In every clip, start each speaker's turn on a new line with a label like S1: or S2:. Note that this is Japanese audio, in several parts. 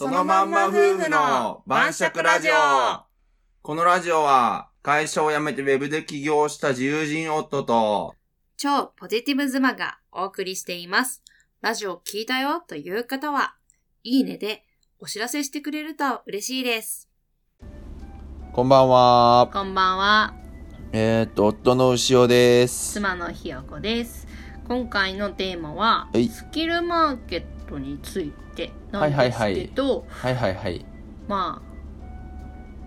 S1: のまんま夫婦の晩酌ラジオこのラジオは、会社を辞めてウェブで起業した自由人夫と、
S2: 超ポジティブ妻がお送りしています。ラジオ聞いたよという方は、いいねでお知らせしてくれると嬉しいです。
S1: こんばんは。
S2: こんばんは、
S1: えー、っと、夫の牛尾です。
S2: 妻のひよこです。今回のテーマは、
S1: はい
S2: スキルマーケットについてなん
S1: はい
S2: で
S1: はいは
S2: す
S1: い
S2: けど、
S1: はいはいはい。
S2: まあ、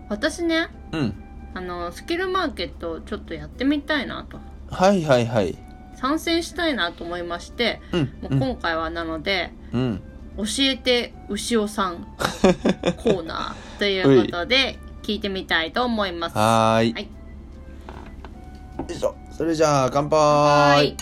S2: 私ね、
S1: うん。
S2: あの、スキルマーケットをちょっとやってみたいなと、
S1: はいはいはい。
S2: 参戦したいなと思いまして、
S1: うん。
S2: も
S1: う。
S2: うん今回はなので、
S1: うん。
S2: 教えて牛尾さんコーナーということで聞いてみたいと思います。
S1: はーい。
S2: はい
S1: よいしょ。それじゃあ、乾杯。
S2: はい。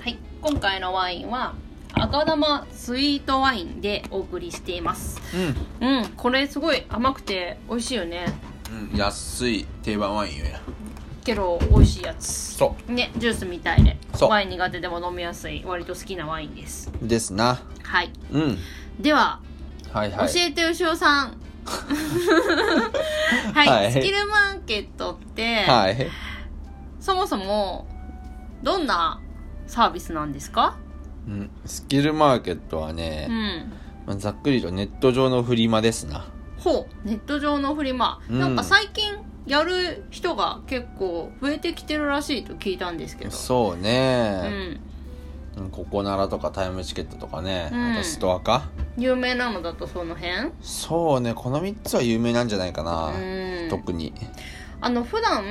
S2: はい、今回のワインは赤玉スイートワインでお送りしています。
S1: う
S2: うん、これすごい甘くて美味しいよね。
S1: ん。うん。安い定番ワインや。
S2: けど美味しいやつ。
S1: そ
S2: ね、ジュースみたいで
S1: そう
S2: ワイン苦手でも飲みやすい割と好きなワインです。
S1: う。ですな。
S2: はい。
S1: うん。
S2: では
S1: はいはい。
S2: 教えて牛尾 さんはい、
S1: はい
S2: スキルマーケットって、
S1: はい。
S2: そもそもどんなサービスなんですか
S1: うん、スキルマーケットは
S2: う
S1: ね、
S2: ん
S1: まあざっくりとネット上のフリマですな。
S2: ほうネット上のフリマ、
S1: うん
S2: なんか最近やる人が結構増えてきてるらしいと聞いたんですけど
S1: そう
S2: う
S1: ね、
S2: ん
S1: うんここならとかタイムチケットとかね、
S2: うん
S1: あとストアか
S2: 有名なのだとその辺
S1: そうねこの3つは有名なんじゃないかな、
S2: うん
S1: 特に
S2: あの普段、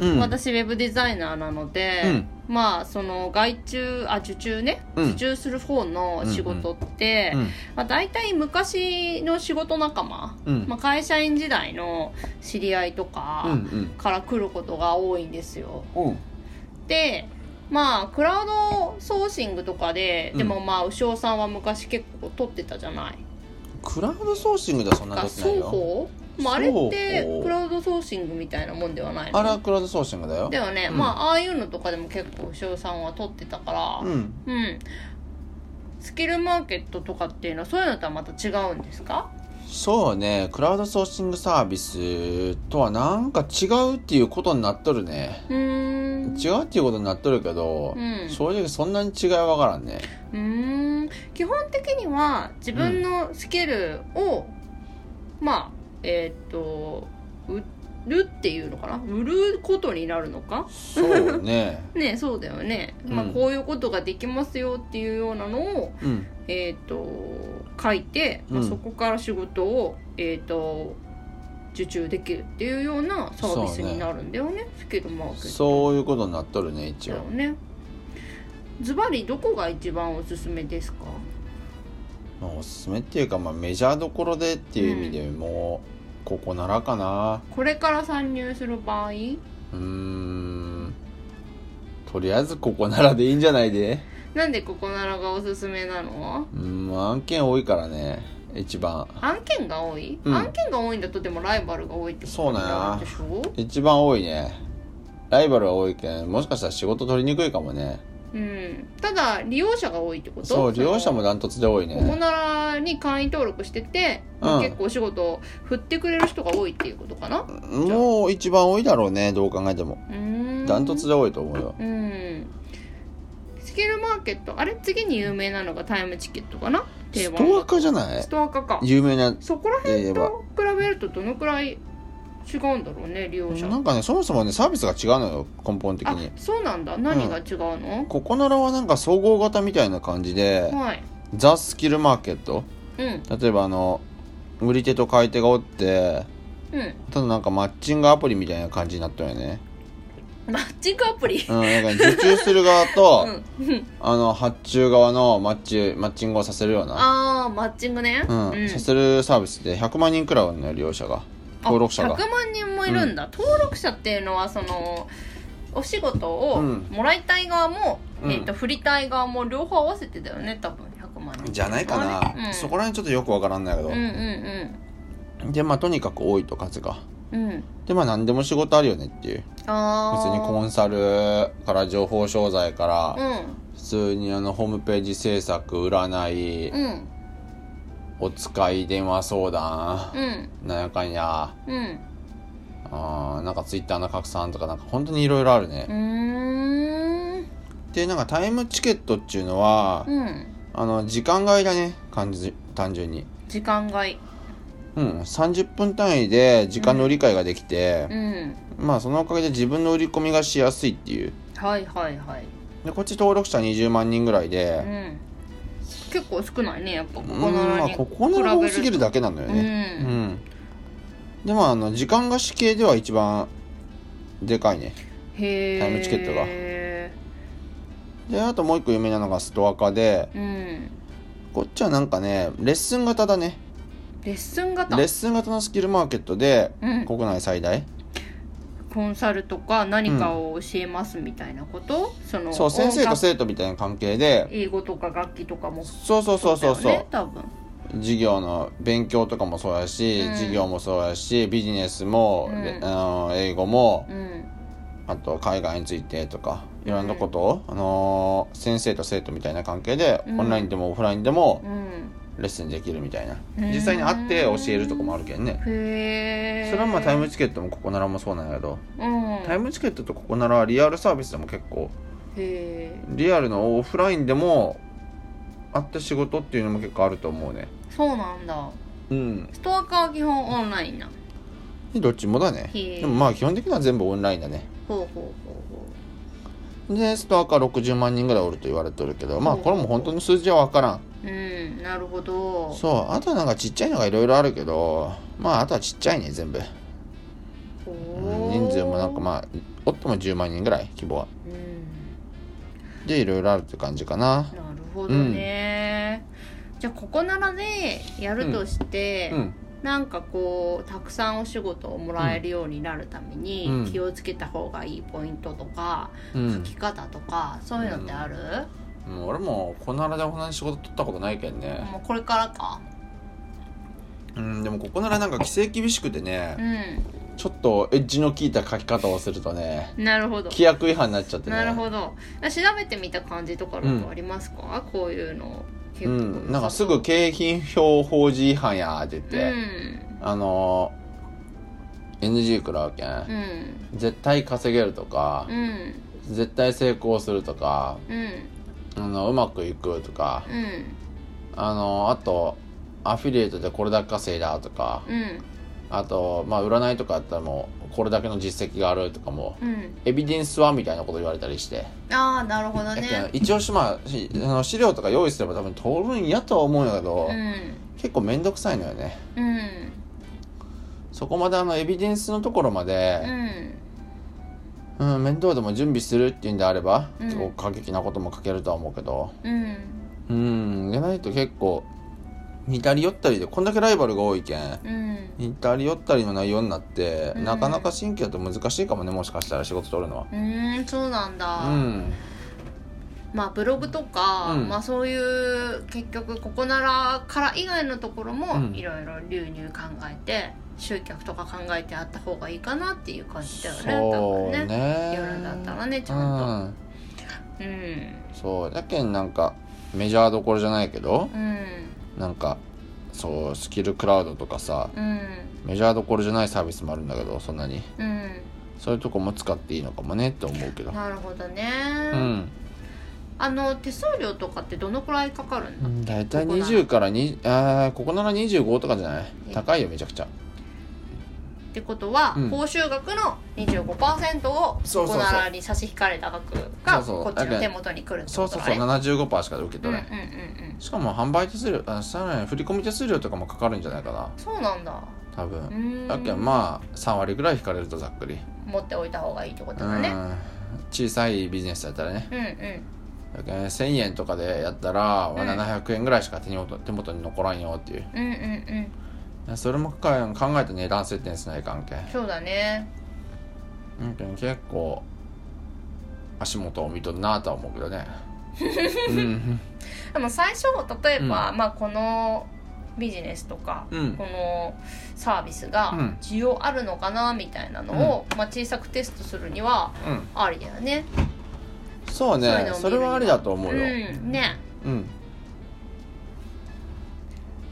S1: うん
S2: 私ウェブデザイナーなので、
S1: うん
S2: まあその外注あ受注ね、
S1: うん
S2: 受注する方の仕事って、
S1: うん
S2: まあ、大体昔の仕事仲間、
S1: うん
S2: まあ、会社員時代の知り合いと
S1: うん
S2: かから来ることが多いんですよ。
S1: うんうん
S2: でまあクラウドソーシングとかで、
S1: うん
S2: でもまあ牛尾さんは昔結構取ってたじゃない。
S1: クラウドソーシングではそんな
S2: あ
S1: ことない
S2: 双
S1: よ
S2: 方まあ、あれって
S1: 双方
S2: クラウドソーシングみたいなもんではないの
S1: あれはクラウドソーシングだよ
S2: だよね、
S1: うん
S2: まあああいうのとかでも結構牛尾さんは取ってたから、
S1: うん
S2: うん、スキルマーケットとかっていうのはそういうのとはまた違うんですか
S1: そうねクラウドソーシングサービスとはなんか違うっていうことになっとるね
S2: うーん
S1: 違うっていうことになっとるけど、
S2: うん
S1: 正直そんなに違いはわからんね
S2: うーん基本的には自分のスキルを、まあえーっと売るっていうのかな売ることになるのか
S1: そうね
S2: ねそうだよね、まあ、
S1: うん
S2: こういうことができますよっていうようなのを、
S1: うん
S2: えーっと書いて、まあ
S1: うん
S2: そこから仕事を、えーっと受注できるっていうようなサービス
S1: そうね
S2: になるんだよねスキルマーケット
S1: そういうことになっとるね一
S2: だ
S1: 応
S2: よねズバリどこが一番おすすめですか
S1: まあ、おすすめっていうか、まあ、メジャーどころでっていう意味でもうここならかな
S2: これから参入する場合
S1: うーんとりあえずここならでいいんじゃないで
S2: なんでここならがおすすめなの
S1: うん案件多いからね一番
S2: 案件が多い、
S1: うん
S2: 案件が多いんだとでもライバルが多いってことになるでしょ
S1: 一番多いねライバルは多いけんもしかしたら仕事取りにくいかもね
S2: うんただ利用者が多いってこと
S1: そう利用者も
S2: だ
S1: ダントツで多い
S2: ここ
S1: ね
S2: ならに会員登録してて、
S1: うん
S2: 結構お仕事を振ってくれる人が多いっていうことかな
S1: もう一番多いだろうねどう考えても
S2: うん
S1: ダントツで多いと思うよ
S2: うんスキルマーケットあれ次に有名なのがタイムチケットかな定
S1: ス
S2: 番
S1: ト
S2: の
S1: ア化じゃない
S2: ストア化か
S1: 有名な
S2: そこら
S1: で言え
S2: 辺
S1: ば
S2: と比べるとどのくらい違うんだろうね利用者
S1: なんかねそもそもねサービスが違うのよ根本的
S2: あ
S1: に
S2: そうなんだ何が違うの、
S1: ここならはなんか総合型みたいな感じで、
S2: はい
S1: ザ・スキルマーケット
S2: うん
S1: 例えばあの売り手と買い手がおって
S2: うん
S1: ただなんかマッチングアプリみたいな感じになったよね、
S2: マッチングアプリ
S1: うん、なんか受注する側と、
S2: うんうん
S1: あの発注側のマッチマッチングをさせるような、
S2: ああマッチングね
S1: うんさせるサービスで100万人くらいおるのよ利用者が登録者
S2: あ
S1: が
S2: 100万人もいるんだ、登録者っていうのはそのお仕事
S1: う
S2: を
S1: ん
S2: もらいたい側も、
S1: うん
S2: えっと振りたい側も両方合わせてだよね多分100万人
S1: じゃないかな、
S2: うん
S1: そこら辺ちょっとよくわからんないけど
S2: うん、うん
S1: でまあとにかく多いと数が
S2: うんうん
S1: でまあ何でも仕事あるよねっていう
S2: ああ
S1: 別にコンサルから情報商材から、
S2: うん
S1: 普通にあのホームページ制作占い、
S2: うん
S1: お使い電話相談、
S2: うん
S1: なんやかんや
S2: うん
S1: あーなんかツイッターの拡散とかなんか本当にいろいろあるね
S2: う、ーん
S1: でなんかタイムチケットっていうのは、
S2: うん
S1: あの時間外だね感じ単純に
S2: 時間外
S1: うん30分単位で時間の理解ができて
S2: う、ん
S1: まあそのおかげで自分の売り込みがしやすいっていう
S2: はいはいはい
S1: でこっち登録者20万人ぐらいで、
S2: うん結構少ないねやっぱこ
S1: う
S2: こ
S1: ん
S2: の
S1: まあ、
S2: に
S1: ここのが多すぎるだけなんだよね
S2: うん
S1: でもあの時間貸し系では一番でかいね
S2: へえ
S1: タイムチケットがであともう一個有名なのがストア化で
S2: うん
S1: こっちはなんかねレッスン型だね
S2: レッスン型
S1: レッスン型のスキルマーケットで、
S2: うん
S1: 国内最大
S2: コンサルとか何かを教えますみたいなこと、その
S1: そう先生と
S2: 音楽
S1: 生徒みたいな関係で
S2: 英語とか楽器とかも
S1: そうそうそうそうそう、
S2: だよね多分
S1: 授業の勉強とかもそうやし、
S2: うん
S1: 授業もそうやしビジネスも、
S2: うん
S1: レあの英語も、
S2: うん
S1: あと海外についてとかいろんなことを、あのー先生と生徒みたいな関係で、
S2: うん
S1: オンラインでもオフラインでも
S2: うん
S1: レッスンできるみたいな、
S2: うん
S1: 実際に会って教えるとかもあるけんね、
S2: へえ
S1: それはまあタイムチケットもここならもそうなんやけど、
S2: うん
S1: タイムチケットとここならはリアルサービスでも結構
S2: へえ
S1: リアルのオフラインでもあった仕事っていうのも結構あると思うね
S2: そうなんだ
S1: うん
S2: ストア化は基本オンラインな
S1: どっちもだね
S2: へえ
S1: でもまあ基本的には全部オンラインだね
S2: ほうほうほうほ
S1: でストアカ60万人ぐらいおると言われてるけどまあこれも本当に数字は分からん
S2: ううんなるほど
S1: そうあとはなんかちっちゃいのがいろいろあるけどまああとはちっちゃいね全部、
S2: ほ
S1: う、
S2: うん
S1: 人数もなんかまあおっても10万人ぐらい規模は
S2: うん
S1: でいろいろあるって感じかな
S2: なるほどね、じゃあここならでやるとして、
S1: うん
S2: なんかこうたくさんお仕事をもらえるようになるために、
S1: うん
S2: 気をつけた方がいいポイントとか、
S1: うん
S2: 書き方とかそういうのってある、
S1: もう俺もこならでこんなに仕事取ったことないけんね
S2: もうこれからか
S1: うんでもここならなんか規制厳しくて
S2: う
S1: ね
S2: ん
S1: ちょっとエッジの効いた書き方をするとね
S2: なるほど
S1: 規約違反になっちゃってね
S2: なるほど調べてみた感じとかなんかありますか、こういうの結
S1: う
S2: 構
S1: ん、なんかすぐ景品表法事違反やーって言っ
S2: う
S1: て、
S2: ん
S1: あのー NG 食らうけん、
S2: うん
S1: 絶対稼げるとか
S2: う、ん
S1: 絶対成功するとか
S2: うん
S1: あのうまくいくとか
S2: うん
S1: あのあとアフィリエイトでこれだけ稼いだとか
S2: うん
S1: あとまあ占いとかあったらもうこれだけの実績があるとかも
S2: うん
S1: エビデンスはみたいなこと言われたりして、
S2: ああなるほど
S1: や
S2: ね
S1: けん一応しまあしあの資料とか用意すれば多分通るんやとは思うんやけど、
S2: うん
S1: 結構めんどくさいのよね
S2: うん
S1: そこまであのエビデンスのところま
S2: う
S1: で、
S2: ん
S1: うん面倒でも準備するっていうんであれば、
S2: うん
S1: 結構過激なことも書けるとは思うけど
S2: うん
S1: うんでないと結構似たり寄ったりでこんだけライバルが多いけん
S2: うん
S1: 似たり寄ったりの内容になって、
S2: うん
S1: なかなか新規だと難しいかもねもしかしたら仕事取るのは
S2: うーんそうなんだ、
S1: うん
S2: まあブログとか、
S1: うん
S2: まあそういう結局ここならから以外のところ
S1: うん
S2: もいろいろ流入考えて、集客とか考えてあった方がいいかなっていう感じだよね
S1: そう
S2: 多分ね
S1: ね
S2: やるんだったらねちゃ
S1: ん
S2: うん
S1: と、うん、そうだけんなんかメジャーどころじゃないけど
S2: うん
S1: なんかそうスキルクラウドとかさ
S2: うん
S1: メジャーどころじゃないサービスもあるんだけどそんなに
S2: うん
S1: そういうとこも使っていいのかもねって思うけど
S2: なるほどね、
S1: うん
S2: あの手数料とかってどのくらいかかるの、
S1: 大体
S2: ここなら
S1: 20から2あーここなら25とかじゃない
S2: え
S1: 高いよめちゃくちゃ
S2: ってことは、
S1: うん
S2: 報酬額の25%を
S1: そうそうそう
S2: ここならに差し引かれた額が
S1: そうそう
S2: こっちの手元に来るって
S1: そ
S2: こ
S1: う
S2: と
S1: そう
S2: だ
S1: そう
S2: ね
S1: 75%しか受け取れん、
S2: うんうんうんうん
S1: しかも販売手数料あさらに振り込み手数料とかもかかるんじゃないかな
S2: そうなんだ
S1: 多分、
S2: うーん
S1: だけどまあ3割ぐらい引かれるとざっくり
S2: 持っておいた方がいいってこと
S1: う
S2: だ
S1: ん、
S2: ね
S1: 小さいビジネスだったらね
S2: うんう
S1: だ
S2: ん
S1: けどね1000円とかでやったら、
S2: ん
S1: 700円ぐらいしか手に元手元に残らんよっていう
S2: うんうん
S1: それもかか考えて値段設定しない関係
S2: うんそうだね
S1: うんけど結構足元を見とるなとは思うけど ねうん
S2: でも最初例えば、
S1: う
S2: まあこのビジネスとか、
S1: うん
S2: このサービスが
S1: うん
S2: 需要あるのかなみたいなのを、まあ、小さくテストするには
S1: うん
S2: ありだよね
S1: そう
S2: そういう
S1: ね
S2: のを見るには
S1: それはありだと思
S2: う
S1: うようん、
S2: んね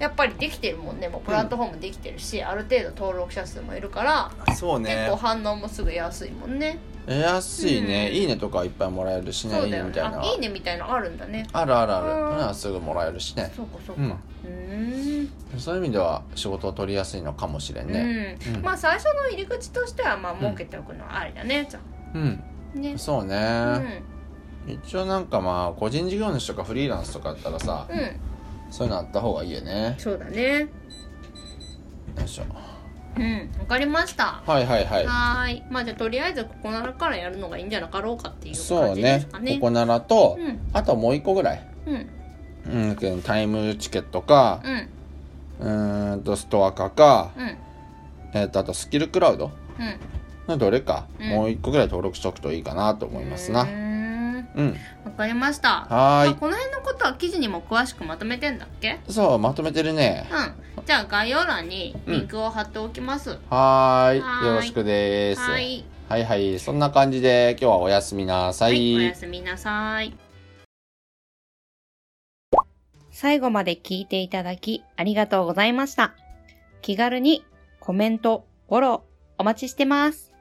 S2: やっぱりできてるもんねもうプラットフォームできてるし、ある程度登録者数もいるから、
S1: そうね
S2: 結構反応もすぐ安いもんね
S1: 安いね、
S2: うん
S1: いいねとかいっぱいもらえるしね
S2: そう
S1: いい
S2: だ
S1: ね
S2: よ
S1: み
S2: ね
S1: たいな
S2: あいいねみたいなのあるんだね
S1: あるあるある
S2: うん
S1: これはすぐもらえるしね
S2: そうかそう
S1: う
S2: か
S1: ん
S2: うーん
S1: そういう意味では仕事を取りやすいのかもしれんね
S2: うん
S1: うん
S2: まあ最初の入り口としてはまあ儲けておくのはありだねじゃ
S1: うん、
S2: あね
S1: そう
S2: う
S1: ね、
S2: ん
S1: 一応なんかまあ個人事業主とかフリーランスとかやったらさ、
S2: うん
S1: そういうのあった方がいいよね
S2: そうだね
S1: よいしょ
S2: うんわかりました
S1: はいはいはい
S2: はーいまあじゃあとりあえずここならからやるのがいいんじゃなかろうかっていう
S1: そ
S2: 感
S1: う
S2: じで
S1: ね
S2: すかね
S1: ここならと、
S2: うん
S1: あともう一個ぐらい
S2: うん
S1: うんタイムチケットか
S2: うん
S1: うーんとストア化か、
S2: うん
S1: えっとあとスキルクラウド
S2: うん
S1: のどれか、
S2: うん
S1: もう一個ぐらい登録しとくといいかなと思います
S2: う
S1: な
S2: ーん
S1: うん
S2: わかりました
S1: はーい
S2: まあこの辺のことは記事にも詳しくまとめてんだっけ
S1: そうまとめてるね
S2: うんじゃあ概要欄にリンクを貼っておきます、
S1: はーい
S2: はーい
S1: よろしくです
S2: はい
S1: はいはいそんな感じで今日はおやすみなさ
S2: はい、おやすみなさい。最後まで聞いていただきありがとうございました。気軽にコメント、フォローお待ちしてます。